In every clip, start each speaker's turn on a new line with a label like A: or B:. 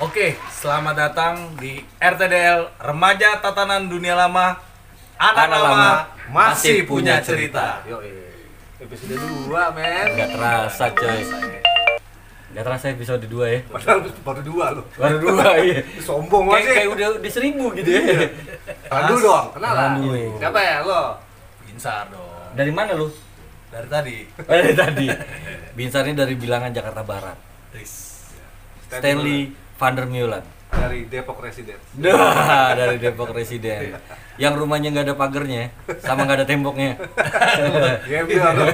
A: Oke, selamat datang di RTDL Remaja Tatanan Dunia Lama. Anak,
B: Anak
A: lama,
B: lama
A: masih
B: masih
A: punya
B: punya
A: cerita.
C: Yo, episode 2, men.
B: Nggak terasa coy Nggak terasa episode 2 ya
C: Padahal baru 2 loh.
B: Baru 2 iya
C: Lu Sombong
B: Kayak, kayak
C: banget sih.
B: udah di seribu gitu
A: Iya.
B: ya
C: Pandu dong, kenal lah.
B: Pandu, iya.
C: Siapa ya lo?
A: Binsar dong.
B: Dari mana lu?
A: Dari tadi,
B: Oh, dari tadi Binsar ini dari bilangan Jakarta Barat
A: Tris.
B: Stanley Van der Meulen
C: dari Depok Residence.
B: Dah, dari Depok Residen Yang rumahnya nggak ada pagernya Sama nggak ada temboknya
C: Gembel lo.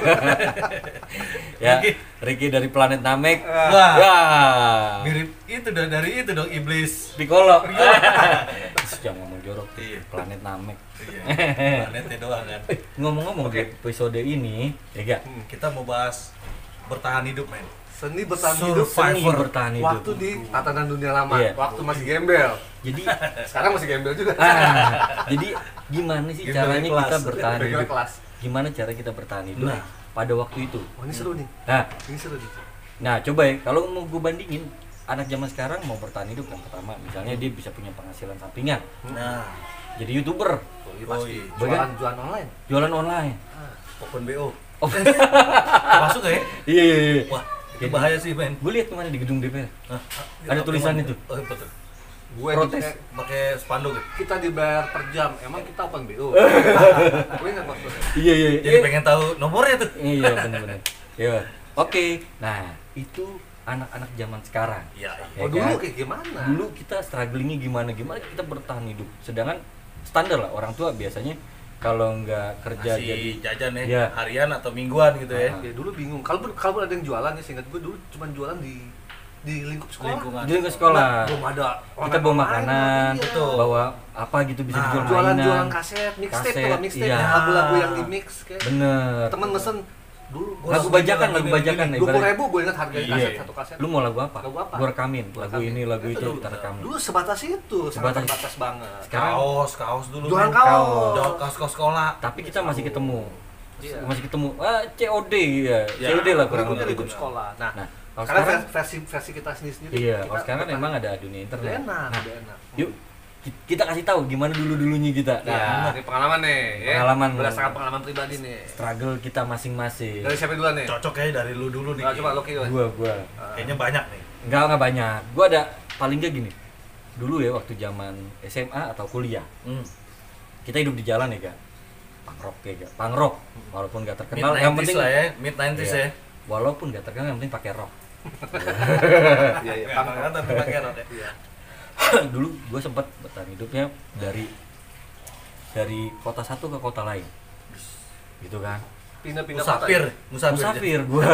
B: Iya. Ya, Ricky dari planet Namek
A: Wah.
B: Wah
A: Mirip itu dari, dari itu dong iblis.
B: Piccolo Jangan ngomong jorok
A: Iya.
B: Planet Namek
A: Iya. Planetnya doang kan.
B: Ngomong-ngomong di episode ini, ya gak?
A: Kita mau bahas bertahan hidup, men.
C: Seni bertahan hidup
A: Survive. Survivor.
B: Seni bertahan hidup.
C: waktu di tatanan dunia lama,
B: Iya.
C: waktu masih gembel.
B: Jadi,
C: Sekarang masih gembel juga.
B: ah, jadi gimana sih
A: Gimana
B: caranya
A: kelas?
B: kita bertahan
C: Gembel
B: hidup?
C: kelas.
B: Gimana cara kita bertahan hidup
A: Nah.
B: pada waktu itu?
C: Wah, Oh, ini seru nih.
B: Nah,
C: Ini seru nih.
B: nah coba ya, kalau mau gue bandingin, anak zaman sekarang mau bertahan hidup yang pertama, misalnya dia bisa punya penghasilan sampingan,
A: Nah,
B: jadi youtuber,
C: Oh, ini
A: Oh,
C: pasti
A: iya.
C: jualan jualan online.
B: jualan online.
A: open BO.
B: Oh,
A: Masuk nggak ya?
B: iya, iya, iya.
A: Wah, itu bahaya sih, men.
B: Gue lihat kemarin di gedung DPR.
A: Hah?
B: Ada tulisannya tuh.
A: Oh, betul.
C: Gue
B: Protes.
C: eh,
A: Pakai spanduk. ya?
C: kita dibayar per jam, emang kita open BO. Gue ingat maksudnya.
B: Iya, iya, iya.
A: Jadi pengen tahu nomornya tuh.
B: Iya, benar-benar. Iya. Oke, nah itu anak-anak zaman sekarang.
A: Iya, iya.
B: Ya
C: Oh, dulu
B: kan?
C: kayak gimana?
B: dulu kita strugglingnya gimana gimana kita bertahan hidup sedangkan standar lah orang tua biasanya kalau nggak kerja jadi
A: Kasih jajan ya,
B: Iya.
A: harian atau mingguan gitu ya.
B: Ah.
C: Ya dulu bingung. Kalaupun kalaupun ada yang jualan ya seingat gue dulu cuma jualan di di lingkup sekolah.
A: Lingkungan.
B: jadi ke sekolah
C: Nah, belum ada
B: kita bawa makanan
C: Iya.
A: betul.
B: bawa apa gitu bisa
A: Nah,
B: dijual
C: Jualan
B: mainan
C: jualan kaset, mixtape
B: Kaset,
C: tuh kan, mixtape
B: iya.
C: lagu-lagu yang di mix kayak.
B: bener
C: Temen mesen dulu
A: Gua langsung
B: lagu bajakan
A: bilang
B: lagu
A: gini,
B: bajakan
A: gini,
B: nih
C: dua puluh ribu gue ingat harganya
B: Iya.
C: kaset satu kaset.
B: lu mau lagu apa?
C: Lagu apa?
B: Gua rekamin
C: Gua
B: lagu
C: rekamin.
B: ini lagu itu
A: dulu.
B: kita rekamin
C: Dulu sebatas itu,
B: Sebatas.
C: sangat terbatas banget.
B: sekarang
A: Kaos, kaos dulu.
C: Jualan
A: men.
C: kaos.
A: Jualan kaos kaos sekolah.
B: tapi kita masih ketemu
C: Iya.
B: masih ketemu ah COD ya
A: Ya,
B: COD lah kurang
C: Berikutnya
B: lebih
C: lingkup sekolah. Nah,
B: nah kalau
C: karena
B: sekarang
C: versi versi kita sendiri sendiri.
B: iya
C: kita
B: kalau sekarang
C: bertahan.
B: memang ada dunia internet
C: Udah enak,
B: Nah,
C: udah enak.
B: Yuk, ki- kita kasih tahu gimana dulu-dulunya kita.
A: Iya.
C: Nah,
B: Nah,
C: ini pengalaman nih, ya.
B: Pengalaman. Iya.
C: berdasarkan pengalaman pribadi nih.
B: struggle kita masing-masing.
C: Dari siapa duluan nih?
A: Eh, Cocok kayaknya dari lu dulu nih.
C: Nah, coba lo kiri.
B: Gua, gua.
A: Kayaknya banyak nih.
B: Enggak, enggak banyak. Gua ada paling enggak gini. Dulu ya waktu zaman SMA atau kuliah,
A: Hmm.
B: kita hidup di jalan ya, Kak. Pangrok ya, Kak. Pangrok. Walaupun enggak
A: Mid
B: terkenal,
A: 90s
B: yang penting
A: lah ya, mid 90s
B: Iya.
A: ya.
B: Walaupun enggak terkenal, yang penting pakai rok.
C: Iya, iya.
A: Nggak apa-apa, kan, tapi pakai rok ya.
B: Iya. Dulu gua sempat bertahan hidupnya dari dari kota satu ke kota lain. Gitu kan.
C: Pindah-pindah
A: Musafir, musafir.
B: musafir gua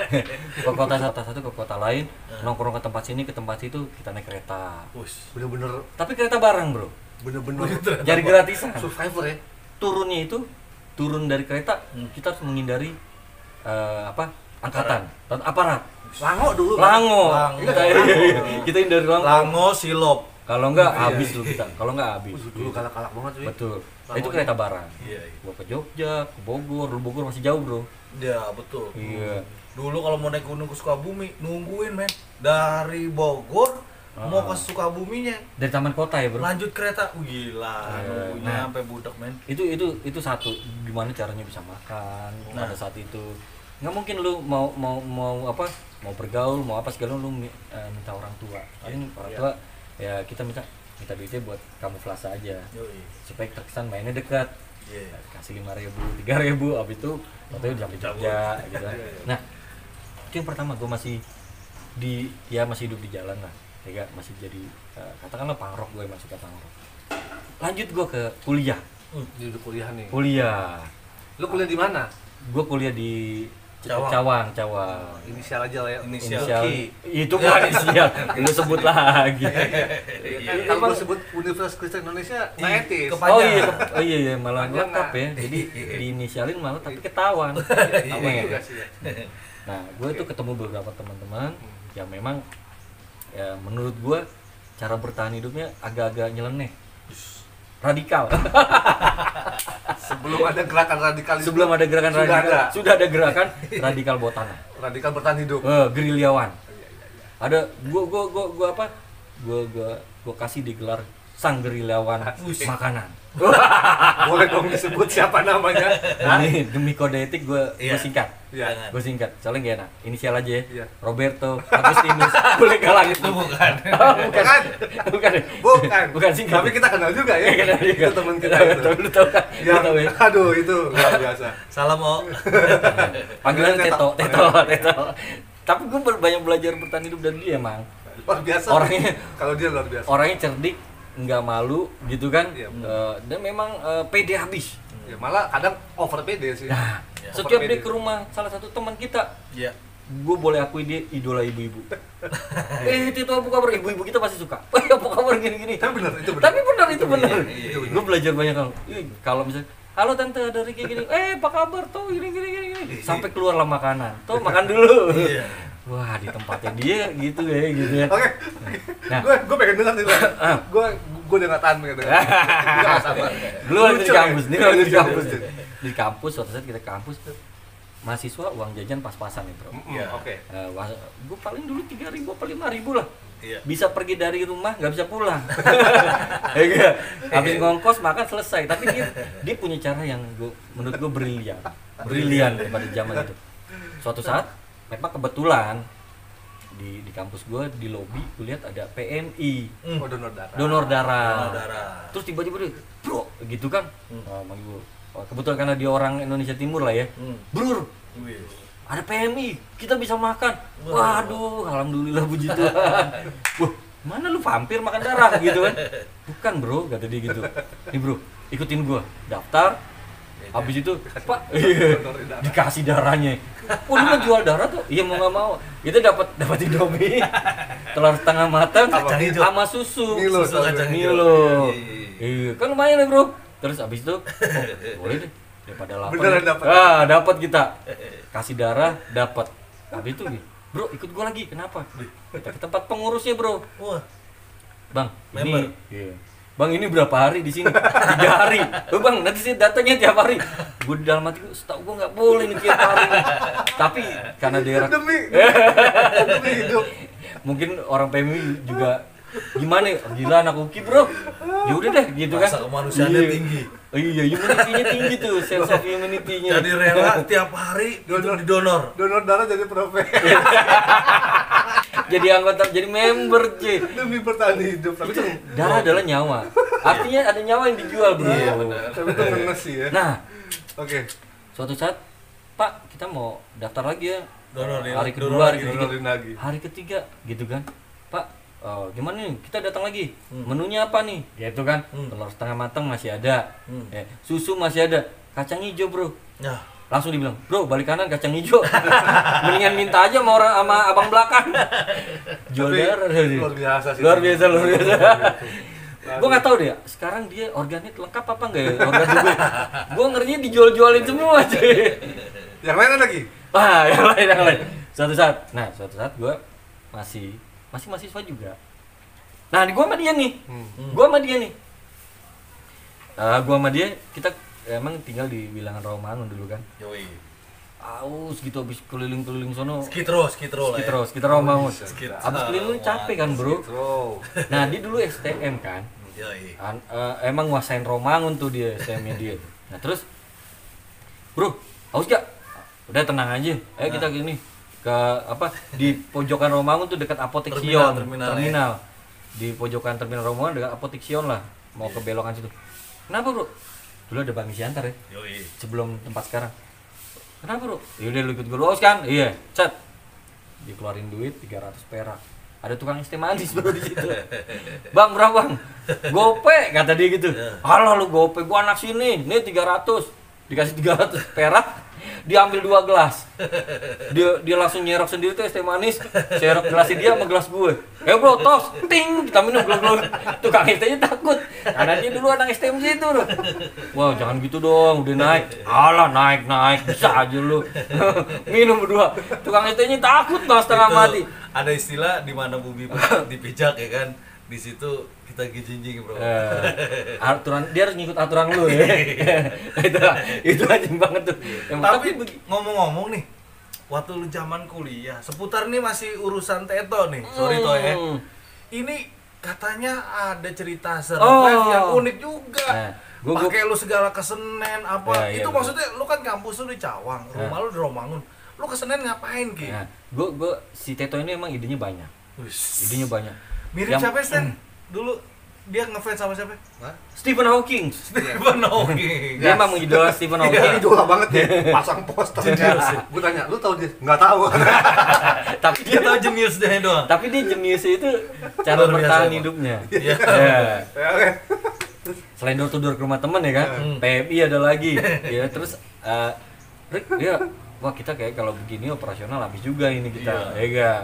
B: ke kota satu satu ke kota lain nongkrong ke tempat sini ke tempat situ kita naik kereta
A: Wus.
C: Bener-bener
B: tapi kereta bareng bro Oh,
C: bener-bener
B: jadi gratisan
C: survivor ya.
B: turunnya itu turun dari kereta kita harus menghindari eh, apa angkatan dan aparat
C: Lango dulu.
B: lango
A: Lango.
B: kita, kita hindari lango
A: Lango silop.
B: kalau enggak habis lu kita kalau enggak habis Gitu.
C: Wih, Dulu galak-galak banget cuy.
B: betul Nah,
C: Lango
B: itu kereta barang
A: Iya, iya.
B: gua ke Jogja ke Bogor lu Bogor masih jauh bro
A: Ya, betul.
B: Iya.
A: Dulu kalau mau naik gunung ke Sukabumi, nungguin men. Dari Bogor
B: Ah.
A: mau ke Sukabuminya,
B: dari taman kota ya bro
A: lanjut kereta. Uh, gila,
B: Iya.
A: nunggunya
B: Nah.
A: sampai budak men.
B: itu itu itu satu gimana caranya bisa makan
A: Nah.
B: pada saat itu nggak mungkin lu mau mau mau apa mau bergaul mau apa segala lu mi- eh, minta orang tua paling orang tua ya kita minta minta duitnya buat kamuflase aja
A: Yoi.
B: supaya terkesan mainnya dekat Ya,
A: Iya.
B: kasih lima ribu tiga ribu abis itu waktu itu jam Jogja gitu kan. nah itu yang pertama gue masih di ya masih hidup di jalan lah ya gak? masih jadi eh, katakanlah pangrok gue masih ke pangrok lanjut gue ke kuliah
C: Dia udah kuliah nih.
B: kuliah
C: Lu kuliah di mana?
B: gue kuliah di
A: Cawang.
B: Cawang Cawang, Cawang.
C: Inisial aja lah ya.
A: Inisial.
B: inisial
A: Ki.
B: itu bukan inisial lu sebut lagi
C: Iya, kan Kalau gua sebut Universitas Kristen Indonesia nggak
A: Iya.
C: etis.
A: Kepa-
B: oh iya ke- oh iya, iya malah
C: Panjang,
B: lengkap
C: nah.
B: ya jadi diinisialin malah tapi ketahuan
C: Apa
B: Ketahuan
C: juga
B: ya.
C: sih ya.
B: nah gue tuh ketemu beberapa teman-teman yang memang ya menurut gue cara bertahan hidupnya agak-agak nyeleneh radikal
C: Sebelum ada gerakan radikal itu,
B: sebelum ada gerakan
C: Sudah
B: radikal
C: ada.
B: sudah ada gerakan radikal bawah tanah
C: radikal bertahan hidup.
B: eh gerilyawan ada gua gua gua gua apa gua gua gua kasih digelar sang gerilyawan
C: Asik.
B: makanan
C: Boleh dong disebut siapa namanya? Hah?
B: demi demi kode etik gua gua
A: Iya.
B: singkat
C: Iya.
B: gua singkat soalnya gak enak inisial aja ya
C: Iya.
B: Roberto Agustinus boleh gak lah gitu
A: itu bukan
B: bukan
C: Oh, Bukan.
B: bukan
C: Bukan.
B: bukan singkat
C: Tapi kita kenal juga
B: Iya,
C: ya.
B: kenal juga.
C: Itu teman kita itu.
B: Tahu- lu tahu kan
C: Ya,
B: Lu tahu ya
C: aduh itu luar biasa.
A: salam oh
B: panggilan
C: Panggilan
B: teto teto
C: Iya, Teto.
B: teto tapi gue banyak belajar bertahan hidup dari dia emang
C: Luar biasa.
B: Orangnya-
C: kalau dia luar biasa.
B: orangnya cerdik nggak malu gitu kan
C: Iya,
B: Eh, dan memang eh, pede habis
C: Ya, malah kadang over pede sih.
B: nah
C: Over
B: setiap dia
C: pede.
B: ke rumah salah satu teman kita
A: ya
B: gue boleh akui dia idola ibu-ibu eh itu apa kabar ibu-ibu kita pasti suka eh apa kabar gini-gini
C: Tapi benar itu benar.
B: tapi benar itu benar
A: Iya, iya, iya.
B: gue belajar banyak hal Ih, kalau misalnya halo tante ada Ricky gini eh apa kabar tuh gini gini gini gini
C: Iya.
B: sampai keluarlah makanan tuh makan dulu
A: Iya.
B: wah di tempatnya dia gitu ya gitu ya
C: Oke.
B: Nah. Ah.
C: Gue gue pengen dengar nih. Gue gue udah nggak tahan pengen dengar. Gue nggak sabar.
B: Lu ada di
C: Lucu,
B: kampus,
C: ya?
B: ini ada di
C: Lucu,
B: kampus.
C: lucu.
B: Di kampus, suatu saat kita ke kampus, mahasiswa uang jajan pas-pasan nih bro.
C: Mm,
A: Iya.
C: Oke.
B: gue Eh, paling dulu tiga ribu apa lima ribu lah.
A: Iya.
B: Bisa pergi dari rumah, nggak bisa pulang. Ya nggak? Habis
A: Iya.
B: ngongkos makan selesai. Tapi dia, dia punya cara yang gua, menurut gue brilian, brilian pada zaman itu. Suatu saat, memang kebetulan di di kampus gue di lobby gue lihat ada PMI
A: Hmm.
C: Oh donor darah.
B: donor darah.
A: Donor darah.
B: Terus tiba-tiba dia, bro, gitu kan? Oh, manggil gua. Oh, kebetulan karena dia orang Indonesia Timur lah ya.
A: Hmm.
B: Brur,
A: Wih.
B: ada PMI, kita bisa makan.
A: Wah.
B: Waduh, alhamdulillah puji Tuhan. Wah, mana lu vampir makan darah gitu kan? Bukan bro, kata dia gitu. Nih bro, ikutin gua, daftar. Habis itu, Pak, iya,
C: Donor darah.
B: dikasih darahnya. Oh, lu mau jual darah tuh? Iya mau nggak mau. Itu dapat dapat indomie, telur setengah matang,
A: Kacang hijau.
B: sama susu.
C: Milo,
A: Susu kacang hijau.
B: Milo.
A: Iya, iya, iya.
B: Iya, kan lumayan ya bro. Terus abis itu, oh, boleh deh. Daripada lapar.
C: Beneran dapat.
B: Ah, dapat kita. Kasih darah, dapat. Habis itu, bro ikut gua lagi. Kenapa? Kita ke tempat pengurusnya bro.
A: wah
B: Bang,
A: Member.
B: ini. Iya. Bang ini berapa hari di sini? Tiga hari. Oh, bang, nanti saya datangnya tiap hari. Gue di dalam hati gue, setahu gue nggak boleh nih tiap hari. Tapi karena daerah
C: Demi demi hidup.
B: mungkin orang PMI juga gimana ya? gila anak uki bro ya udah deh gitu kan
A: Rasa kemanusiaannya
B: Iya.
A: tinggi.
B: iya humanity-nya tinggi tuh sense of humanity-nya
A: jadi rela tiap hari itu
C: Donor.
A: didonor
C: Donor darah jadi profesi.
B: jadi anggota jadi member C
C: demi bertahan hidup. Tapi itu
B: darah adalah nyawa artinya ada nyawa yang dijual bro
A: Iya,
C: tapi itu ngenes sih ya.
B: nah
C: Oke.
B: suatu saat pak kita mau daftar lagi ya
A: Donor ya,
B: hari
A: donor
B: kedua hari
A: lagi,
B: ketiga
C: donorin lagi.
B: hari ketiga gitu kan pak eh, gimana nih kita datang lagi menunya apa nih ya itu kan
A: Hmm.
B: telur setengah matang masih ada
A: Hmm.
B: Eh, susu masih ada kacang hijau bro
A: nah
B: langsung dibilang bro balik kanan kacang hijau mendingan minta aja sama orang sama abang belakang jual
C: Tapi
B: darah tadi.
C: luar biasa sih.
B: luar biasa luar biasa
C: Bagus.
B: gue nggak tahu deh sekargan dia organik lengkap apa enggak ya organ gue gue ngerinya dijual-jualin semua cuy
C: Yang lain ada lagi?
B: wah yang lain yang lain suatu saat nah suatu saat gue masih masih mahasiswa juga nah gue sama dia nih
A: Hmm.
B: gue sama dia nih Eh, gue sama dia kita emang tinggal di bilangan Rawamangun dulu kan
A: yoi
B: aus gitu habis keliling-keliling sono
A: skitro skitro lah ya.
B: Skitro, Skitro Rawamangun
A: Skitro.
B: habis keliling capek kan bro
C: Bro.
B: nah dia dulu STM kan
A: yoi
B: An- eh, emang nguasain Romangun tuh dia STM-nya dia tuh. nah terus bro haus gak udah tenang aja ayo kita
A: Nah.
B: gini ke apa di pojokan Romangun tuh dekat apotek
A: Terminal,
B: Sion
A: terminal, ya.
B: di pojokan terminal Romangun dekat apotek Sion lah mau
A: Iya.
B: ke belokan situ kenapa bro dulu ada Bang Siantar ya
A: yoi
B: sebelum tempat sekarang kenapa bro yaudah lu ikut gue Aus kan iya cat dikeluarin duit 300 perak ada tukang es teh manis bro di situ bang berapa bang gope kata dia gitu halo lu gope gua anak sini nih 300 dikasih 300 perak diambil dua gelas dia dia langsung nyerok sendiri tuh es teh manis nyerok gelasnya dia sama gelas gue eh bro tos ting kita minum belum belum tukang es tehnya takut karena dia dulu anak STM situ loh wow jangan gitu dong udah naik alah naik naik bisa aja lu minum berdua tukang es tehnya takut bang setengah
A: Itu
B: mati
A: ada istilah di mana bumi dipijak ya kan di situ kita gijinjing bro
B: Eh, aturan dia harus ngikut aturan lu ya itu itu anjing banget tuh Emang,
A: tapi
B: begi-
A: ngomong-ngomong nih waktu lu zaman kuliah seputar nih masih urusan teto nih sorry toh ya
B: Hmm.
A: ini katanya ada cerita
B: Oh.
A: survive yang unik juga.
B: Nah, gua- gua-
A: Pakai lu segala ke Senen apa?
B: Ya, ya,
A: itu
B: betul. Ya.
A: maksudnya lu kan kampus lu di Cawang, rumah lu di Romangun. Lu ke Senen ngapain, Ki?
B: Nah, gue gue si Teto ini emang idenya banyak,
A: Wis.
B: idenya banyak.
A: Mirip
B: Yang- hmm.
A: siapa, Stan? Dulu dia ngefans sama siapa?
C: Hah?
B: Stephen Hawking.
A: Stephen Hawking.
B: Dia emang
A: Iya.
B: idola Stephen
C: Ini
B: Hawking.
C: idola banget ya, pasang poster. gue tanya, lu tau dia? Nggak tahu.
B: tapi
A: Dia tahu jeniusnya doang.
B: tapi dia jeniusnya itu cara
A: Iya, Luar biasa
B: bertahan
A: emang.
B: hidupnya.
A: Iya.
B: Ya.
C: Ya, Oke.
B: Selain door to door ke rumah temen ya kan,
A: Hmm.
B: PMI ada lagi. ya terus eh, Rick dia wah kita kayak kalau begini operasional habis juga ini
A: Iya.
B: kita. Ya enggak.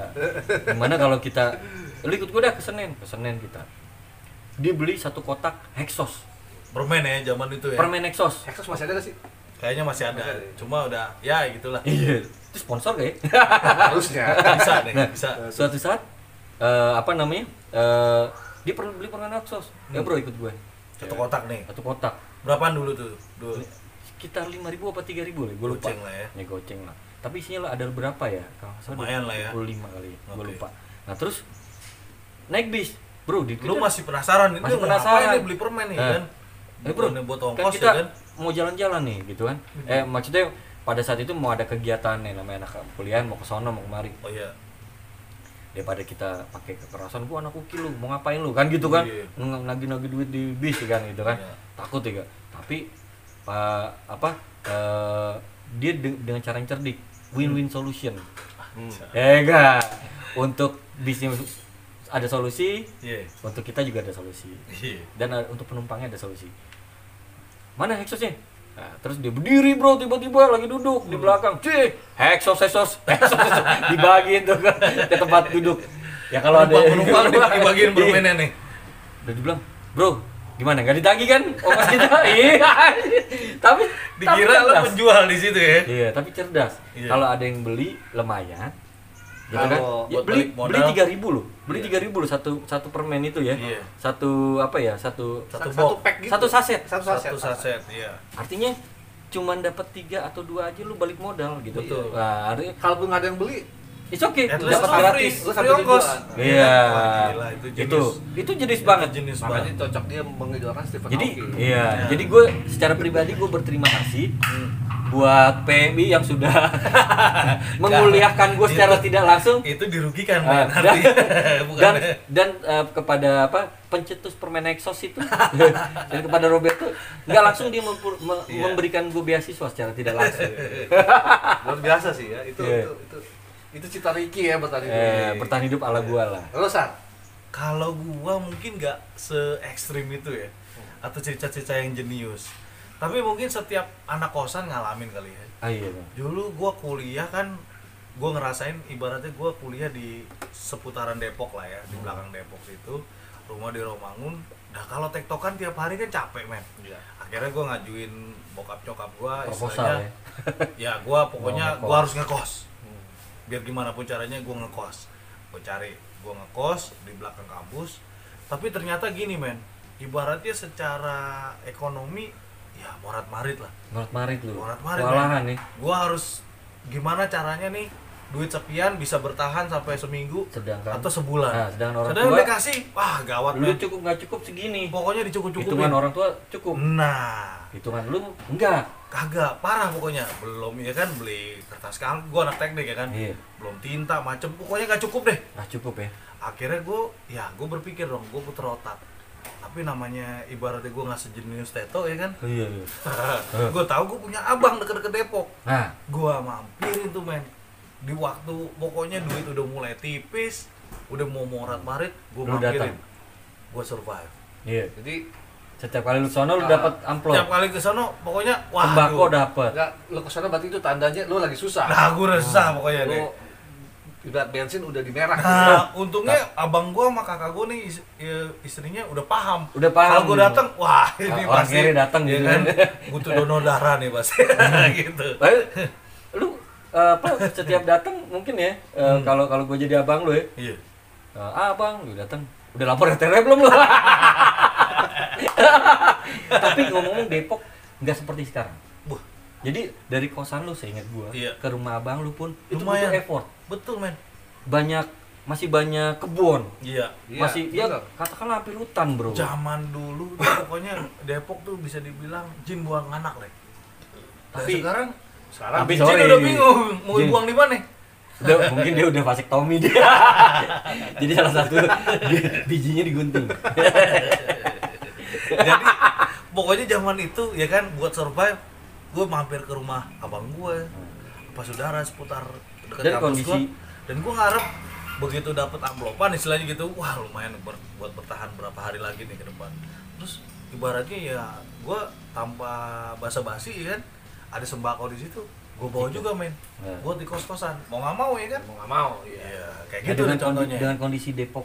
B: Gimana kalau kita lu ikut gue dah ke Senen, ke Senen kita. Dia beli satu kotak Hexos,
A: Permen ya zaman itu ya.
B: permen Hexos.
C: Hexos masih ada nggak sih?
A: Kayaknya masih ada.
C: Masih ada ya?
A: Cuma udah ya gitulah.
B: Iya. Itu sponsor kayak.
C: Harusnya.
A: Bisa deh, Nah, bisa.
B: Nah, suatu saat eh, apa namanya eh, dia perlu beli permen Hexos. Ya
A: Hmm.
B: bro ikut gue.
A: Satu kotak nih.
B: Satu kotak.
A: Berapaan dulu tuh? Dulu.
B: sekitar 5.000 apa 3.000 lah, gue lupa.
A: Goceng lah ya.
B: Ya goceng lah. Tapi isinya lah ada berapa ya? Kalau nggak salah
A: Lumayan lah ya.
B: 25 kali, ya, gue
A: Oke.
B: lupa. Nah terus naik bis, bro. Di
A: Lu masih penasaran ini
B: Masih
A: mau
B: penasaran.
A: ngapain nih beli permen nih
B: Eh.
A: kan?
B: Eh, bro,
A: Bukannya buat
B: kan
A: ongkos
B: kita
A: ya kan? Hmm.
B: mau jalan-jalan nih gitu kan. Eh maksudnya pada saat itu mau ada kegiatan nih namanya anak kuliah mau ke sono mau kemari
A: Oh iya.
B: daripada kita pakai kekerasan gua anak kuki lu mau ngapain lu kan gitu kan
A: Iya.
B: nagih nagih duit di bis kan gitu kan
A: Iya.
B: takut ya kan? tapi eh, apa eh, dia de- dengan cara yang cerdik win-win
A: Hmm.
B: solution ya enggak untuk bisnya ada solusi
A: Iya.
B: untuk kita juga ada solusi
A: Iya.
B: dan ada- untuk penumpangnya ada solusi mana Hexosnya Nah, terus dia berdiri bro tiba-tiba lagi
A: Hmm.
B: duduk di belakang cih Hexos Hexos Hexos dibagiin tuh ke, ke tempat duduk ya kalau ada Iya.
A: Penumpang-penumpang nih bagi-bagiin permennya nih.
B: udah dibilang bro gimana nggak ditagih kan ongkos kita iya tapi tapi
A: Dikira lu
B: cerdas.
A: penjual di situ ya.
B: iya tapi cerdas
A: Iya.
B: kalau ada yang beli lumayan gitu kan
C: Kalau
B: Ya,
A: buat
B: beli
A: balik
B: beli
A: modal.
B: tiga ribu loh beli tiga ribu loh satu satu permen itu ya
A: Iya.
B: satu apa ya satu
A: Satu box.
C: pack gitu.
B: Satu saset.
C: Satu saset.
A: Satu saset, iya.
B: artinya cuman dapat tiga atau dua aja lu balik modal gitu
A: Betul.
B: nah, artinya
C: Kalaupun nggak ada yang beli,
B: it's okay
A: At least
B: dapat
A: lu
B: gratis
A: free.
C: lu sampai
A: ongkos.
C: tujuan.
B: iya
A: Wah, gila, itu
B: itu itu
A: jenius.
B: itu jenis banget
A: Jenis
C: makanya
A: banget.
C: cocok dia mengidolakan Stephen
B: jadi
C: Hawking.
B: iya
A: Ya.
B: jadi gue secara pribadi gue berterima kasih
A: Hmm.
B: buat PMI yang sudah menguliahkan gue secara tidak langsung
A: Itu dirugikan men
B: Ah,
A: nanti. iya. Bukan.
B: dan dan eh, kepada apa pencetus permen Exos itu dan kepada Roberto nggak langsung dia mempur- me-
A: Iya.
B: memberikan gue beasiswa secara tidak langsung
C: Luar biasa sih ya. Itu
B: Iya.
C: itu itu itu cita Ricky ya bertani.
A: Iya,
B: eh, bertahan hidup ala gue lah
C: Lo Sar,
A: kalau gua mungkin nggak se ekstrim itu ya atau cerita-cerita yang jenius tapi mungkin setiap anak kosan ngalamin kali ya
B: ah, iya
A: dulu gua kuliah kan gua ngerasain ibaratnya gua kuliah di seputaran Depok lah ya di belakang Depok situ rumah di Romangun dah kalau tektokan tiap hari kan capek men
C: Iya.
A: akhirnya gua ngajuin bokap cokap gua
B: proposal ya
A: ya gua pokoknya
B: Mau ngekos.
A: gua harus ngekos biar gimana pun caranya gua ngekos gua cari gua ngekos di belakang kampus tapi ternyata gini men ibaratnya secara ekonomi ya morat marit lah
B: Morat marit lu
A: morat marit
B: kewalahan
A: men.
B: nih
A: gua harus gimana caranya nih duit sepian bisa bertahan sampai seminggu
B: sedangkan
A: atau sebulan
B: Nah, sedangkan orang
A: sedangkan
B: tua-
A: udah kasih wah gawat
B: lu
A: men
B: cukup nggak cukup segini
A: pokoknya dicukup-cukupin
B: hitungan orang tua cukup
A: nah
B: hitungan lu enggak
A: kagak parah pokoknya belum ya kan beli kertas kalem gua anak teknik ya kan
B: Iya.
A: belum tinta macem pokoknya gak cukup deh
B: nah cukup ya
A: akhirnya gua ya gua berpikir dong gua puter otak tapi namanya ibaratnya gua nggak sejenius teto ya kan
B: iya iya
A: gua tahu gua punya abang deket-deket Depok
B: nah
A: gua mampirin tuh men di waktu pokoknya duit udah mulai tipis udah mau morat marit
B: Lu
A: gua mampirin
B: datang.
A: gua survive
B: iya
C: jadi
B: setiap kali lu sono lu
C: Ah,
B: dapat
A: tiap
B: amplop
A: kali ke sono pokoknya wah
B: sembako dapat
C: enggak lo kesana berarti itu tandanya lo lagi susah.
A: nah gua resah pokoknya deh
C: lo ibarat bensin udah di merah.
A: Nah, untungnya abang gua sama kakak gua nih is- i- istrinya udah paham.
B: Udah paham.
A: Kalau gua datang, wah ini
B: Nah, orang
A: pasti
B: kere datang
A: ya
B: gitu
A: kan.
B: kan.
A: Butuh donor darah nih pasti gitu.
B: Padahal lu eh, apa setiap datang mungkin ya eh,
A: Hmm.
B: kalau kalau gue jadi abang lu ya
A: Iya.
B: eh, ah abang lu datang udah lapor RT belum lu tapi ngomong Depok nggak seperti sekarang
A: Wah,
B: jadi dari kosan lu seingat gua
A: Iya.
B: ke rumah abang lu pun itu
A: Lumayan.
B: butuh effort
A: betul men.
B: banyak masih banyak kebun
A: Iya.
C: Iya,
B: masih ya
C: betul.
B: katakanlah hampir hutan bro
A: Zaman dulu tuh pokoknya Depok tuh bisa dibilang jin buang anak, Lek. Dan
B: Tapi-
A: sekarang sekarang
B: tapi
A: jin
B: sorry.
A: udah bingung mau
B: Jin.
A: dibuang di mana?
B: Udah, mungkin dia udah vasektomi dia jadi salah satu bi- bijinya digunting
A: Jadi pokoknya zaman itu ya kan buat survive gue mampir ke rumah abang gue apa saudara seputar dekat
B: Dan
A: kampus
B: kondisi-
A: gua. dan gue ngarep begitu dapat amplopan istilahnya gitu wah lumayan ber- buat bertahan berapa hari lagi nih ke depan terus ibaratnya ya gue tanpa basa-basi ya kan ada sembako di situ gue bawa juga men
B: Nah.
A: buat di kos-kosan mau nggak mau ya kan
D: mau nggak mau ya
A: Iya, kayak
B: Nah,
A: gitu
B: dengan,
A: deh
B: kondi-
A: contohnya
B: dengan kondisi Depok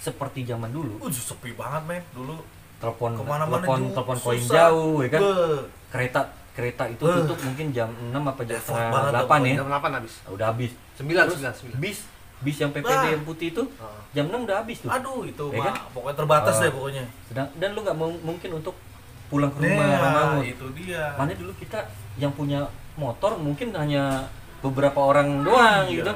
B: seperti zaman dulu
A: Udah sepi banget men dulu
B: telepon
A: kemana-mana
B: Hmm, telepon
A: juga
B: telepon koin
A: susah.
B: jauh ya kan
A: Beuh.
B: kereta kereta itu
A: Beuh.
B: tutup mungkin jam 6 apa jam
A: Effort
B: setengah
A: Eh. banget tuh,
B: 8 ya
C: Jam 8 habis.
B: Ah, udah habis
C: 9
B: Terus
C: 9 9.
B: bis bis yang PPD
A: Nah.
B: yang putih itu
C: Heeh.
B: jam 6 udah habis tuh
A: Aduh itu
B: Ya
A: mah
B: kan?
A: pokoknya terbatas
B: Ah.
A: deh pokoknya.
B: Sedang- dan lu nggak mau- mungkin untuk pulang ke rumah
A: Nah,
B: bangun
A: itu dia.
B: Makanya dulu kita yang punya motor mungkin hanya beberapa orang doang
A: Iya.
B: gitu.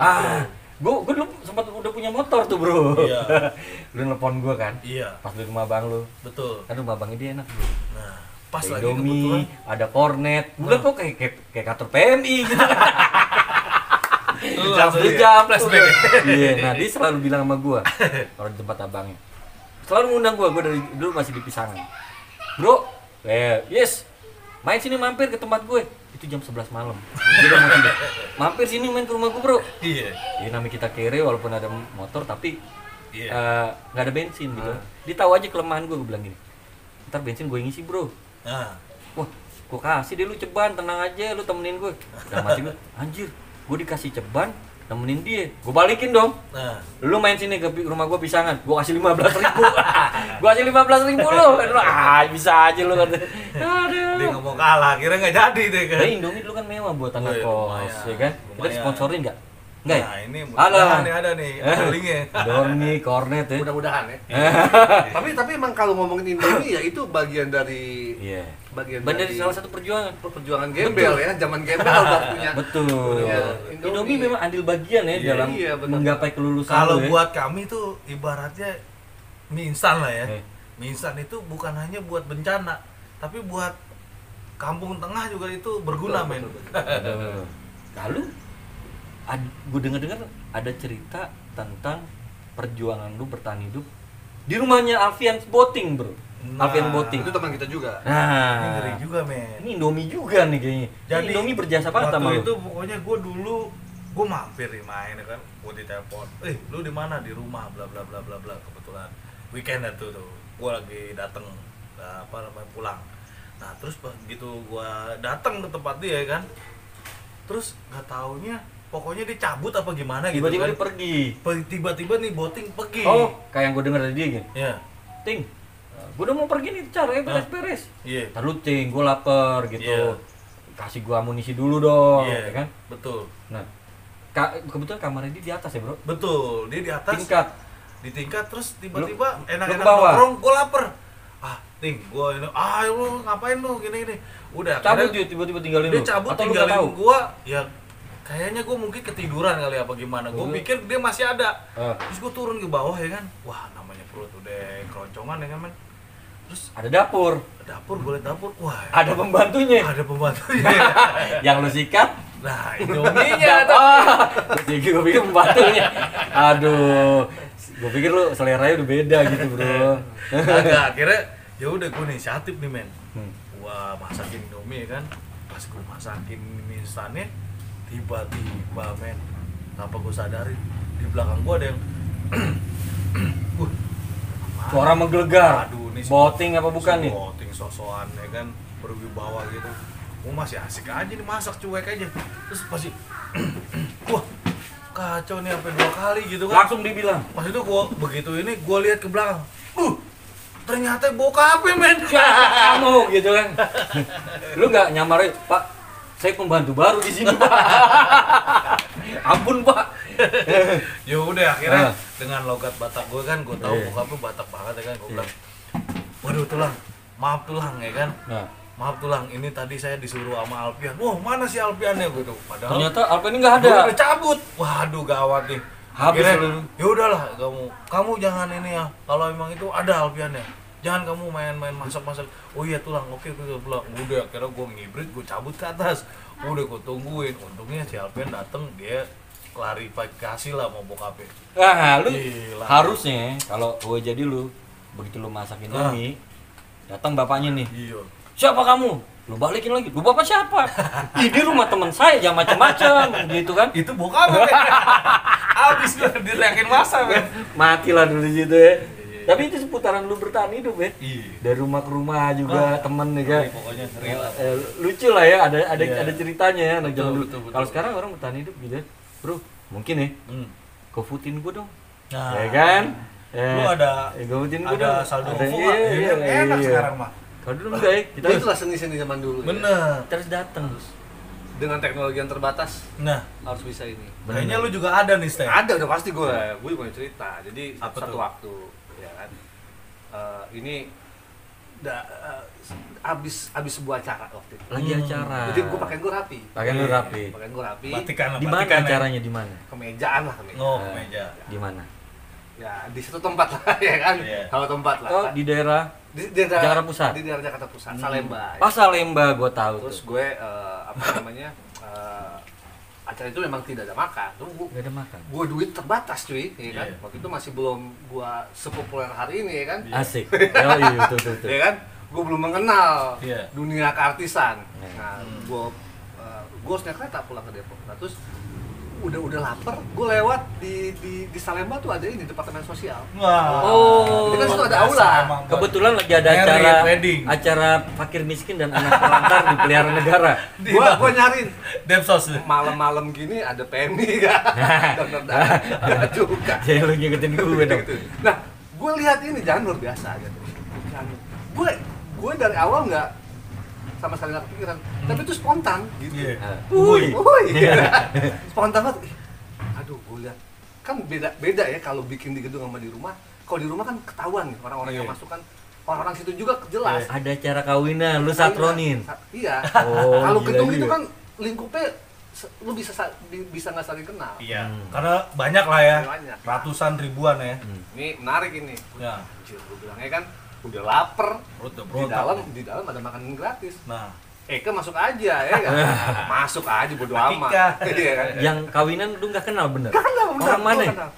B: Ah, gua gua dulu sempat udah punya motor tuh, Bro.
A: Iya.
B: lu nelpon gua kan
A: Iya,
B: pas di rumah Bang lu.
A: betul.
B: Kan rumah Bang dia enak, Bro.
A: Nah, pas
B: Ada
A: lagi kebetulan
B: Indomie, ada kornet. Gua liat kok kayak kayak, kayak kantor PMI gitu.
A: Lu
B: jam
A: langsung
B: di
A: ya,
B: jam
A: flashback.
B: Iya, nah dia selalu bilang sama gua kalau di tempat abangnya. Selalu ngundang gua, gua dari dulu masih di pisangan. Bro, eh, yes. Main sini mampir ke tempat gue. Itu jam 11 malam. Dia udah mau tidur. Mampir sini main ke rumah gue, Bro.
A: Iya.
B: Ya namanya kita kere walaupun ada motor tapi eh,
A: Iya. Ah.
B: nggak ada bensin gitu. Dia tahu aja kelemahan gue, gue bilang gini. Ntar bensin gue ngisi, Bro.
A: Nah,
B: Wah, gua kasih deh lu ceban, tenang aja lu temenin gue. Udah mati gue, anjir, gue dikasih ceban, temenin dia. Gue balikin dong.
A: nah.
B: Lu main sini ke pi- rumah gue pisangan, gue kasih 15 ribu. gue kasih 15 ribu lu. Lu, Ah, bisa aja lu kan.
A: Dia
B: Aduh.
A: nggak mau kalah, kira nggak jadi deh kan.
B: Nah, Indomie dulu kan mewah buat
A: Oh
B: anak
A: iya,
B: kos,
A: lumayan,
B: ya kan? Kita
A: lumayan.
B: sponsorin nggak? Nggak ya? Eh,
A: Nah, ini
B: Alah.
A: mudah-mudahan nih ada nih linknya.
B: Dormi, Cornet ya.
C: Mudah-mudahan ya. tapi tapi emang kalau ngomongin Indomie ya itu bagian dari
B: Iya.
C: bagian
B: Bener
C: dari
B: salah satu perjuangan.
C: perjuangan gembel ya, zaman gembel udah punya.
B: Betul.
C: Iya,
B: Indomie.
C: Indomie
B: memang andil bagian ya
A: Iya,
B: dalam
C: iya, benar.
B: menggapai kelulusan
A: Kalau
B: lu ya.
A: buat kami tuh ibaratnya mie instan lah ya.
B: Eh.
A: Mie instan itu bukan hanya buat bencana, tapi buat kampung tengah juga itu berguna men.
C: Betul, betul,
B: Aduh. Eh, Lalu gue dengar-dengar ada cerita tentang perjuangan lu bertahan hidup di rumahnya Alfian Boting, Bro.
A: Nah.
B: Alfian Boting.
C: Itu teman kita juga.
A: Ini ngeri
B: Nah.
A: juga men.
B: Ini Indomie juga nih kayaknya. Jadi
A: Jadi
B: Indomie berjasa banget
A: waktu
B: sama lu.
A: itu gitu pokoknya gue dulu gue mampir di main ya kan, gue ditelepon. Eh lu di mana di rumah bla bla bla bla bla kebetulan weekend itu tuh, gue lagi dateng eh, apa namanya pulang. Nah terus pas gitu gue datang ke tempat dia ya kan, terus nggak taunya pokoknya dia cabut apa gimana gitu
B: Tiba-tiba
A: kan.
B: dia pergi.
A: Pe- Tiba-tiba nih boting pergi.
B: Oh, kayak yang gue dengar dari dia gini.
A: Ya,
B: Ting, gue udah mau pergi nih caranya beres-beres.
A: iya,
B: Ntar lu ting, gue lapar
A: Iya.
B: gitu. Kasih gue amunisi dulu dong,
A: iya
B: ya kan?
A: betul,
B: Nah, ka- kebetulan kamarnya dia di atas ya bro.
A: betul. Dia di atas.
B: Tingkat.
A: di tingkat terus tiba-tiba enak-enak
B: lu ke bawah.
A: nongkrong gue lapar ah ting gue ini ah lu ngapain lu gini gini udah
B: cabut
A: akhirnya
B: dia tiba-tiba tinggalin
A: Nah, dia
B: lu?
A: cabut
B: Atau lu nggak
A: tinggalin
B: tahu?
A: gue ya kayaknya gue mungkin ketiduran kali apa gimana gue
B: Lu-
A: pikir dia masih ada
B: Eh,
A: terus gue turun ke bawah ya kan wah namanya perut udah keroncongan ya kan men terus
B: ada dapur
A: ke dapur gue liat dapur wah
B: ada pembantunya
A: ada pembantunya
B: yang lu sikat
A: nah
B: dap-
A: indominya tuh
B: ah, gue pikir pembantunya aduh gue pikir lu seleranya udah beda gitu bro
A: agak akhirnya ya udah gue inisiatif nih men
B: Hmm.
A: gua masakin Indomie ya kan pas gua masakin mie instannya tiba-tiba men tanpa gua sadarin di belakang gua ada yang Wah, apaan?
B: suara menggelegar
A: Aduh, ini si-
B: boting apa bukan
A: si
B: nih
A: boting sosokan ya kan berwibawa gitu gua masih asik aja nih masak cuek aja terus pasti wah kacau nih sampai dua kali gitu kan
B: langsung dibilang
A: pas itu gua begitu ini gua lihat ke belakang uh ternyata bokapnya men
B: kamu gitu kan lu nggak nyamarin pak saya pembantu baru di sini pak ampun pak
A: ya udah akhirnya
B: Ah.
A: dengan logat Batak gue kan gue tahu
B: Iya.
A: bokap lu Batak banget ya kan gue
B: Iya.
A: bilang waduh tulang maaf tulang ya kan
B: nah
A: maaf tulang ini tadi saya disuruh sama Alpian wah mana si Alpiannya gue tuh padahal
B: ternyata Alpen ini nggak ada
A: gua udah cabut waduh gawat nih
B: habis
A: Akhirnya,
B: lu
A: ya udahlah kamu kamu jangan ini ya kalau emang itu ada Alfian ya jangan kamu main-main masak-masak oh iya tulang oke oke oke, pulang udah akhirnya gue ngibrit gue cabut ke atas udah gue tungguin untungnya si Alfian dateng dia klarifikasi lah mau bokapnya
B: ah lu
A: Gila.
B: harusnya kalau gue jadi lu begitu lu masakin
A: Ah.
B: indomie datang bapaknya nih
A: iya
B: siapa kamu lu balikin lagi lu bapak siapa Ih, di rumah teman saya jangan macam-macam gitu kan
A: itu bokapnya men. abis gue direakin masa men
B: matilah dulu di situ ya tapi itu seputaran lu bertahan hidup ya
A: iya
B: dari rumah ke rumah
A: Ah,
B: juga temen juga
A: ngeri, pokoknya ngeri lah.
B: Eh, lucu Ya, lah ya ada ada
A: Iya.
B: ada ceritanya ya anak
C: Betul,
B: zaman dulu.
C: betul, betul.
B: kalau sekarang orang bertahan hidup gitu ya. bro mungkin ya
A: Hmm.
B: gofoodin gua dong
A: Nah,
B: ya kan Eh,
A: lu ada
B: eh, gofoodin gua
A: ada
B: dong.
A: saldo
B: Ada-
A: OVO
B: iya,
A: nggak? Ya
B: iya,
A: kan? enak
B: iya.
A: sekarang mah
B: kalau dulu enggak ya kita
C: Kita Nah, itulah seni-seni zaman dulu. ya.
A: bener
B: terus datang
C: Dengan teknologi yang terbatas
A: nah
C: harus bisa ini.
B: Bener.
A: kayaknya lu juga ada nih Stan
C: Ada udah pasti gue. Gue punya cerita. Jadi
A: Apa tuh?
C: satu waktu ya kan. Eh, ini da, eh, abis abis sebuah acara waktu itu.
B: lagi
A: Hmm.
B: acara
C: Jadi gue pakaian gue rapi.
B: Pakaian lu Ah. rapi.
C: Pakaian gue rapi.
A: Batikan lah,
B: di mana
A: batikan, ya.
B: acaranya di mana
C: Kemejaan lah kemeja.
A: Oh,
B: Eh,
A: meja.
B: di mana
C: Ya di satu tempat lah ya kan.
A: Iya.
C: Kalau tempat lah.
B: oh di daerah
C: di, di daerah,
B: Jakarta Pusat.
C: Di daerah Jakarta Pusat,
A: Hmm.
C: Salemba. ya.
B: Pasalemba gua tahu tuh
C: Terus gue eh, apa namanya? eh, acara itu memang tidak ada makan. Terus gue,
B: nggak ada makan
C: gue duit terbatas cuy, ya kan?
A: Iya.
C: Waktu itu masih belum gue sepopuler hari ini ya kan?
A: Iya.
B: asik oh iya betul betul, betul.
C: Ya kan? Gue belum mengenal
A: Iya.
C: dunia keartisan.
B: Iya.
C: Nah,
A: Hmm.
C: gue eh, gue harus naik kereta pulang ke Depok. Nah, terus udah udah lapar, gue lewat di di di Salemba tuh ada ini departemen sosial.
A: Wah.
B: Oh.
A: Itu kan suka ada
C: Luar biasa
A: aula.
C: emang,
B: Kebetulan lagi ada
A: Married
B: acara
A: wedding.
B: acara fakir miskin dan anak terlantar di pelihara negara.
A: Di
C: Gue
A: bawah.
C: gue nyariin
A: Depsos.
C: malam-malam gini ada Penny kan dan juga
B: Jadi lu ngikutin gue dong.
C: gitu. nah gue lihat ini jangan luar biasa gitu gue gue dari awal nggak sama sekali nggak kepikiran tapi itu spontan gitu
A: Iya.
B: Ah.
C: Wuih,
B: Hmm.
A: Wuih.
C: wuih. spontan banget Ih, Iya. aduh gue lihat kan beda beda ya kalau bikin di gedung sama di rumah kalau di rumah kan ketahuan nih orang-orang yang
A: Iya.
C: masuk kan orang-orang situ juga jelas
B: Ada acara kawinan, Iya. lu satronin.
C: Sa- Iya.
B: Oh,
C: Kalau
B: gila
C: gedung itu
B: juga.
C: kan lingkupnya se- lu bisa sa- bi- bisa nggak saling kenal.
A: Iya.
B: Hmm.
A: Karena banyak lah ya.
C: Banyak.
A: Ratusan ribuan ya.
B: Hmm.
C: Ini menarik ini.
A: Ya.
C: Anjir, gua bilangnya kan udah lapar.
A: Perut udah
C: Di
A: berontak.
C: dalam di dalam ada makanan gratis.
A: Nah,
C: Eka masuk aja ya kan. masuk aja bodo amat.
A: Akikah.
C: Iya kan.
B: Yang kawinan lu nggak kenal bener.
C: Nggak kenal, benar,
B: Orang mana?
C: nggak kenal.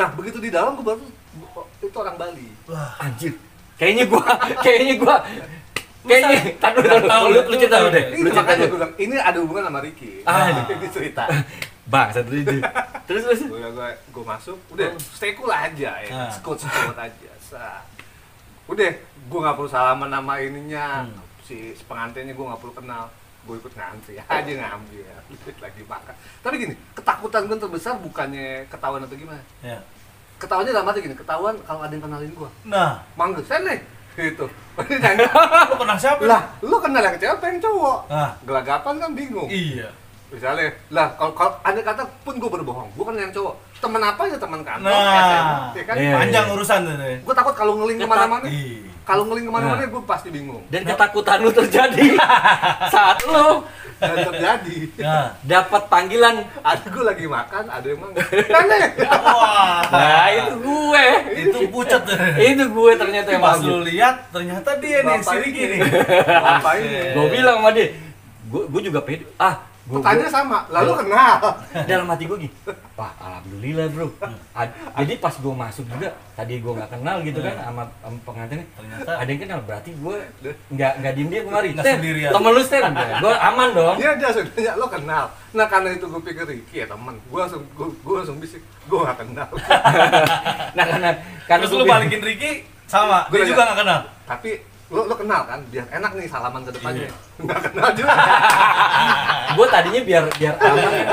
C: Nah, begitu di dalam gua baru gua- itu orang Bali.
A: wah.
B: Anjir. Kayaknya gua, kayaknya gua kayaknya Tahan dulu, tahan dulu. Lu, lu cerita lu deh.
C: Ini
B: Lu cerita
C: Iya, makanya
B: dulu.
C: gua bilang, ini ada hubungan sama Ricky.
B: Ah.
C: ini cerita.
B: Bang, satu itu. Terus terus.
C: gue gue gue masuk udah
B: Oh.
C: stay cool aja ya
A: Ah.
C: sekut sekut aja Sa. udah gue nggak perlu salaman nama ininya
A: Hmm.
C: si si pengantinnya gue nggak perlu kenal gue ikut ngantri aja ngambil ya. lagi makan tapi gini ketakutan gue terbesar bukannya ketahuan atau gimana
A: Ya.
C: ketahuannya dalam arti gini ketahuan kalau ada yang kenalin gue
A: Nah, ah,
C: manggil sene gitu Dia nanya,
A: lu kenal siapa?
C: lah lu kenal yang cewek pengen cowok
A: Ah.
C: gelagapan kan bingung
A: Iya.
C: misalnya lah kalau kalau anda kata pun gue berbohong gue kan yang cowok teman apa ya teman kantor
A: Nah.
C: SMA, ya kan
B: Iya.
A: Panjang urusan tuh. Iya. nih.
C: gue takut kalau ngeling
B: Ketak-
C: kemana-mana
A: Ih.
C: kalau ngeling kemana-mana gue pasti bingung
B: Dan ketakutan lu terjadi saat lu
C: dan terjadi
A: Nah.
B: dapat panggilan
C: ada gue lagi makan ada yang manggil Tane!
A: Wah.
B: Nah, itu gue.
A: itu pucat tuh.
B: Itu gue ternyata yang
A: Pas
B: manggil.
A: lu lihat ternyata dia nih si
C: Bapak
A: Riki
C: ini.
A: nih.
C: Bapak ini.
A: Asik.
B: Gue bilang sama dia, gue gue juga pede. Ah, gue
C: pertanyaan sama lalu kenal
B: dalam hati gue gini. Wah, alhamdulillah, Bro. A- Jadi pas gue masuk juga, tadi gue nggak kenal gitu kan sama, sama pengantinnya.
A: Iya. Ternyata
B: Ada yang kenal, berarti gue nggak nggak diem dia kemari.
A: Nggak
B: Stan,
A: sendirian.
B: temen lu Stan, gue aman dong.
C: dia dia langsung nanya lo kenal nah karena itu gue pikir Ricky ya teman gue langsung gue, gue langsung bisik gue gak kenal
B: Nah karena karena
A: Terus
B: gua
A: lu
B: bilang,
A: balikin Riki sama. Dia
C: Gua nanya.
A: juga nggak kenal.
C: tapi lo lo kenal kan biar enak nih salaman ke depannya
A: Iya.
C: nggak kenal juga
B: gue tadinya biar biar aman. ya.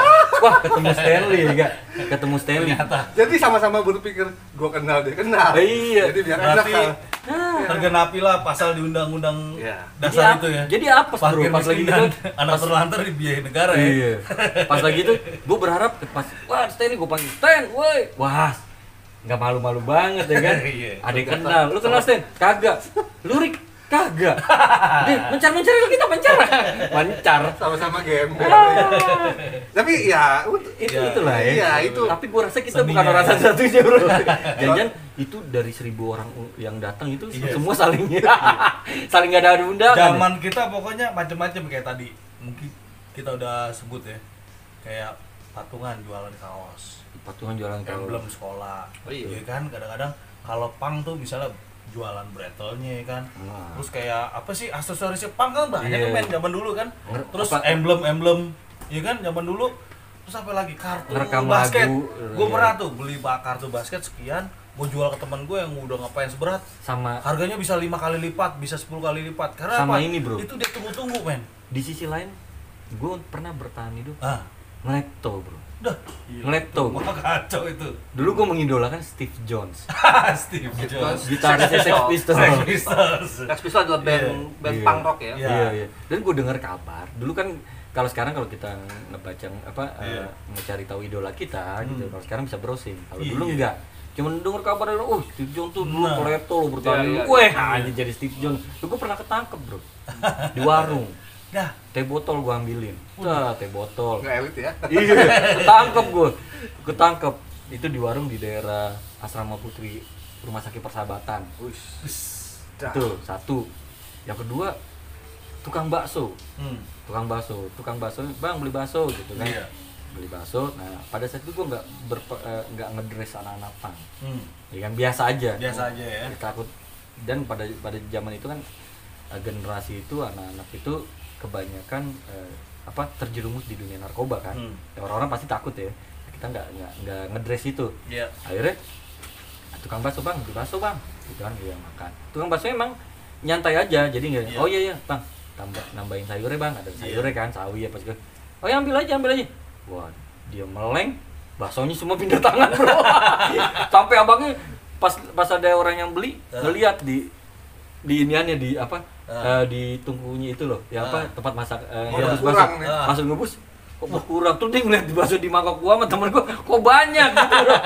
B: Wah ketemu Stanley, enggak ketemu Stanley.
A: Ternyata.
C: jadi sama-sama berpikir gue kenal dia kenal
B: Iya.
C: jadi biar enak
A: Berarti
C: kan
B: Nah,
A: tergenapilah pasal di undang-undang
C: Iya.
A: dasar
B: jadi
A: itu ya.
B: ap- Jadi apa bro?
A: Fakir
B: Pas lagi
A: miskin
B: itu,
A: dan anak terlantar di biaya negara ya.
B: Iya. Pas lagi itu, gue berharap pas wah Stan gue panggil Stan, woi. Wah, nggak malu-malu banget ya kan?
A: Iya.
B: Ada yang kenal, lu kenal Stan? Kagak. Lu Rick, Kagak. Di, mencar-mencar kita mencar. mencar.
C: sama-sama game
B: Ah,
C: tapi ya ut-
B: itu
A: Ya,
B: itulah ya.
C: iya, itu.
B: Tapi gua rasa kita
A: Seninya.
B: bukan orang satu satunya bro. Jangan itu dari seribu orang yang datang itu
A: Iya.
B: semua saling saling nggak ada kan? undangan.
A: zaman kita pokoknya macem-macem kayak tadi mungkin kita udah sebut ya kayak patungan jualan kaos
B: Patungan jualan
A: yang
B: kalau
A: belum sekolah
B: Oh iya.
A: Iya kan kadang-kadang kalau pang tuh misalnya jualan bretelnya ya kan
B: Nah.
A: terus kayak apa sih aksesorisnya pang kan banyak
B: Iya.
A: tuh men zaman dulu kan
B: Nger-
A: terus
B: apa-
A: emblem emblem ya kan zaman dulu terus apa lagi kartu
B: Ngerekam
A: basket
B: lagu,
A: gue
B: iya.
A: pernah tuh beli ba- kartu basket sekian gue jual ke teman gue yang udah ngapain seberat
B: sama
A: harganya bisa lima kali lipat bisa 10 kali lipat karena apa?
B: Sama ini, bro.
A: itu dia tunggu-tunggu men
B: di sisi lain gue pernah bertahan hidup
A: ah
B: ngelekto bro
A: udah
B: Ngelekto.
A: Wah, kacau itu
B: dulu gue mengidolakan Steve Jones
A: Steve
C: Gitu.
A: Jobs
B: gitarisnya Sex
A: Sex
B: Pistols
A: Pistols.
C: Rex Pistol adalah band
A: Iya.
C: band
B: Iya.
C: punk rock ya
A: Iya.
B: Iya, iya. Dan gue dengar kabar, dulu kan kalau sekarang kalau kita ngebaca apa
A: Iya.
B: eh, mencari tahu idola kita gitu.
A: Hmm.
B: Kalau sekarang bisa browsing. Kalau
A: Iya.
B: dulu enggak. Cuman denger kabar dari oh Steve Jobs tuh dulu
A: Nah.
B: koleto lo bertani.
C: Iya, iya.
B: Weh, aja jadi Steve Jobs. Lu gue pernah ketangkep, Bro. Di warung.
A: Dah,
B: Teh botol gue ambilin.
A: Hmm.
B: Tah, teh botol.
C: nggak elit ya
B: Iya, ketangkep gue. Ketangkep. Itu di warung di daerah Asrama Putri Rumah Sakit Persahabatan.
C: Ush, dah.
B: Itu satu. Yang kedua tukang bakso
A: hmm.
B: tukang bakso tukang bakso bang beli bakso gitu kan
A: Iya.
B: beli bakso nah pada saat itu gue nggak berpe- eh, nggak ngedress anak-anak pang
A: Hmm.
B: ya kan biasa aja
A: Biasa aja ya.
B: takut dan pada pada zaman itu kan eh, generasi itu anak-anak itu kebanyakan eh, apa terjerumus di dunia narkoba kan
A: Hmm.
B: Ya, orang-orang pasti takut ya kita nggak nggak nggak ngedress itu
A: Iya.
B: akhirnya tukang bakso bang beli bakso bang gitu kan dia makan tukang bakso emang nyantai aja jadi nggak
A: Iya.
B: oh iya iya bang tambah nambahin sayurnya bang ada
A: Iya.
B: sayurnya kan sawi apa segala oh ya ambil aja ambil aja wah dia meleng baksonya semua pindah tangan bro sampai abangnya pas pas ada orang yang beli
A: Ah.
B: ngeliat di di iniannya di apa
A: Ah.
B: eh, di tungkunya itu loh ya
A: Ah.
B: apa tempat masak eh,
A: Oh,
B: rebus
C: udah
B: bakso.
C: kurang nih.
A: Ah.
B: masuk ngebus kok berkurang tuh dia ngeliat di bakso di mangkok gua sama temen gua kok banyak gitu loh.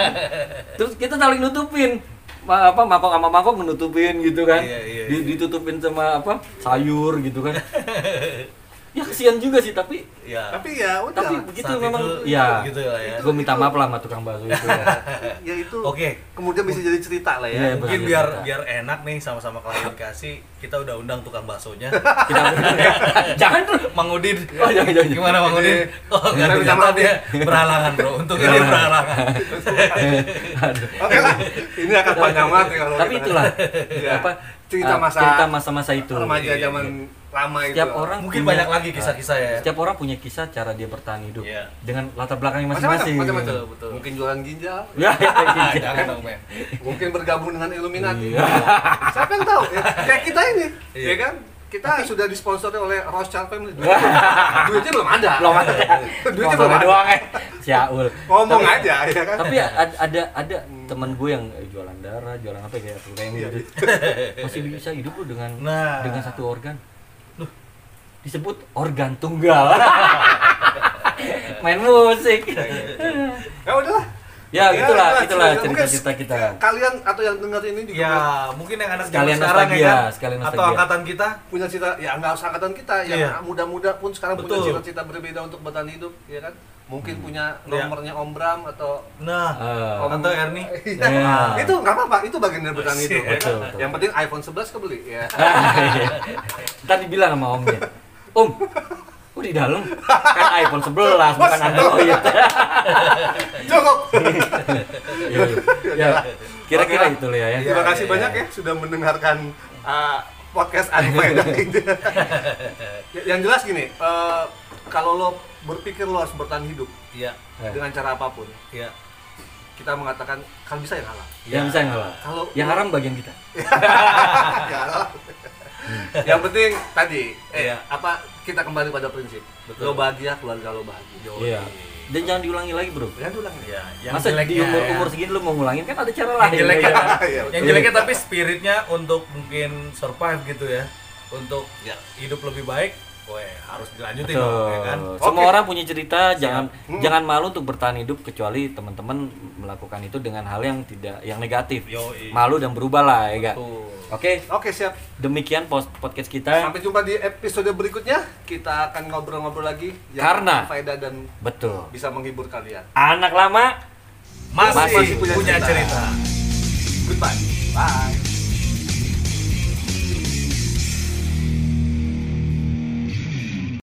B: terus kita saling nutupin Ma- apa mangkok sama mangkok menutupin gitu kan
A: Iya, iya,
B: Di-
A: iya.
B: ditutupin sama apa sayur gitu kan ya kesian juga sih tapi
A: Iya.
C: tapi ya udah
B: tapi
A: Saat
B: begitu
A: itu,
B: memang
A: itu
B: ya
A: gitu lah ya.
B: gua minta maaf lah sama tukang bakso itu ya.
C: ya itu
A: Oke.
C: kemudian bisa jadi cerita lah
B: Iya,
C: ya
A: Mungkin
B: Berhasil
A: biar
B: kita.
A: biar enak nih sama-sama klarifikasi, kita udah undang tukang baksonya.
B: kita ya. jangan bro
A: Mang Udin.
B: Oh,
C: iya,
B: jangan, jangan.
A: Gimana Mang Udin? Oh,
C: Kita
A: enggak
C: minta
A: ternyata
C: maaf iya.
A: dia berhalangan, Bro. Untuk dia berhalangan.
B: Aduh.
C: oke lah ini akan panjang banget ya kalau
B: Iya. tapi
C: kita-
B: itulah
A: ya,
C: Iya.
B: apa
C: cerita
B: eh,
C: masa
B: cerita masa-masa itu
C: remaja
A: Iya,
C: zaman lama itu
B: setiap orang
A: Mungkin
B: punya-
A: banyak lagi kisah-kisah ya.
B: iya. setiap orang punya kisah cara dia bertahan hidup
A: Iya.
B: dengan latar belakangnya
C: macam-macam
B: masing-masing
C: macam-macam
A: Betul.
C: mungkin jualan ginjal
B: ya
A: Ah,
B: iya.
A: Jangan dong, men.
C: mungkin bergabung dengan
A: Nah,
C: Illuminati
B: Iya.
C: siapa yang tahu ya, kayak kita ini
A: Iya.
C: ya kan kita sudah disponsori oleh Rothschild Family duitnya, duitnya belum ada
B: belum ada Ngomong
C: duitnya belum ada
B: doang eh si Aul
C: ngomong
B: Tapi-
C: aja ya kan
B: tapi ada ada, ada teman gue yang eh, jualan darah jualan apa kayak kayak gitu masih bisa hidup lu dengan
A: Nah.
B: dengan satu organ Loh, disebut organ tunggal main musik
C: ya udahlah
B: ya itulah
C: udahlah,
B: itulah
C: cerita-
B: cerita
C: mungkin
B: cerita kita
C: kalian atau yang dengar ini juga
A: Ya, mungkin yang anak
B: Iya, Sekalian
A: zaman sekarang ya
B: nostalgia,
A: kan?
B: sekalian
A: Atau
B: nostalgia.
A: angkatan kita?
C: punya cita ya nggak usah angkatan kita yang
A: Iya.
C: muda-muda pun sekarang punya
A: Betul.
C: cita-cita berbeda untuk bertahan hidup ya kan
B: Hmm.
C: mungkin punya
A: Iya.
B: Ya.
C: nomornya Om Bram atau
A: Nah,
B: Eh,
A: Om Tante Erni.
C: Iya.
B: Iya.
C: itu nggak apa-apa itu bagian dari bertahan
A: Iya,
C: hidup ya kan?
B: Betul, betul.
C: yang penting iPhone 11 kebeli ya
B: Eh. Ntar dibilang sama omnya, Om, oh di dalam kan iPhone 11 bukan Android.
C: cukup
B: Iya, iya. Ya, Kira-kira
C: Oke lah.
B: itu lah ya.
C: terima kasih
A: iya,
C: banyak
A: iya.
C: ya sudah mendengarkan uh, podcast Anfaedah ini Ya, yang jelas gini eh, kalau lo berpikir lo harus bertahan hidup
A: Iya,
B: Eh,
C: dengan cara apapun
A: iya.
C: kita mengatakan kalau bisa yang halal
B: iya. Yang bisa yang halal.
C: Kalau-
B: Yang haram bagian kita.
C: Ya Allah. yang penting tadi eh
A: Iya.
C: apa kita kembali pada prinsip
A: Betul.
C: lo bahagia keluarga lo bahagia
B: Iya. Dan jangan diulangi lagi bro.
C: ya ulang ya
A: Iya, yang
B: Masa di
A: jeleknya
B: umur
A: ya.
B: umur segini lu mau ngulangin kan ada cara
A: yang
B: lain.
A: jeleknya
B: ya kan?
C: Iya,
A: yang
B: betul.
A: jeleknya tapi spiritnya untuk mungkin survive gitu ya untuk
C: Ya.
A: hidup lebih baik Gue harus dilanjutin
B: Betul.
A: dong, ya kan?
B: Semua
C: Oke.
B: orang punya cerita, jangan
C: Hmm.
B: jangan malu untuk bertahan hidup kecuali teman-teman melakukan itu dengan hal yang tidak yang negatif.
A: Yoi.
B: Malu dan berubah lah ya kan.
A: Betul.
B: Oke,
C: Oke siap.
B: demikian pos- podcast kita.
C: Sampai jumpa di episode berikutnya. Kita akan ngobrol-ngobrol lagi
B: Karena-
C: faedah dan
B: Betul.
C: bisa menghibur kalian.
B: Anak lama
A: Masih,
C: Masih punya
A: punya
C: cerita.
A: cerita.
C: Goodbye. Bye.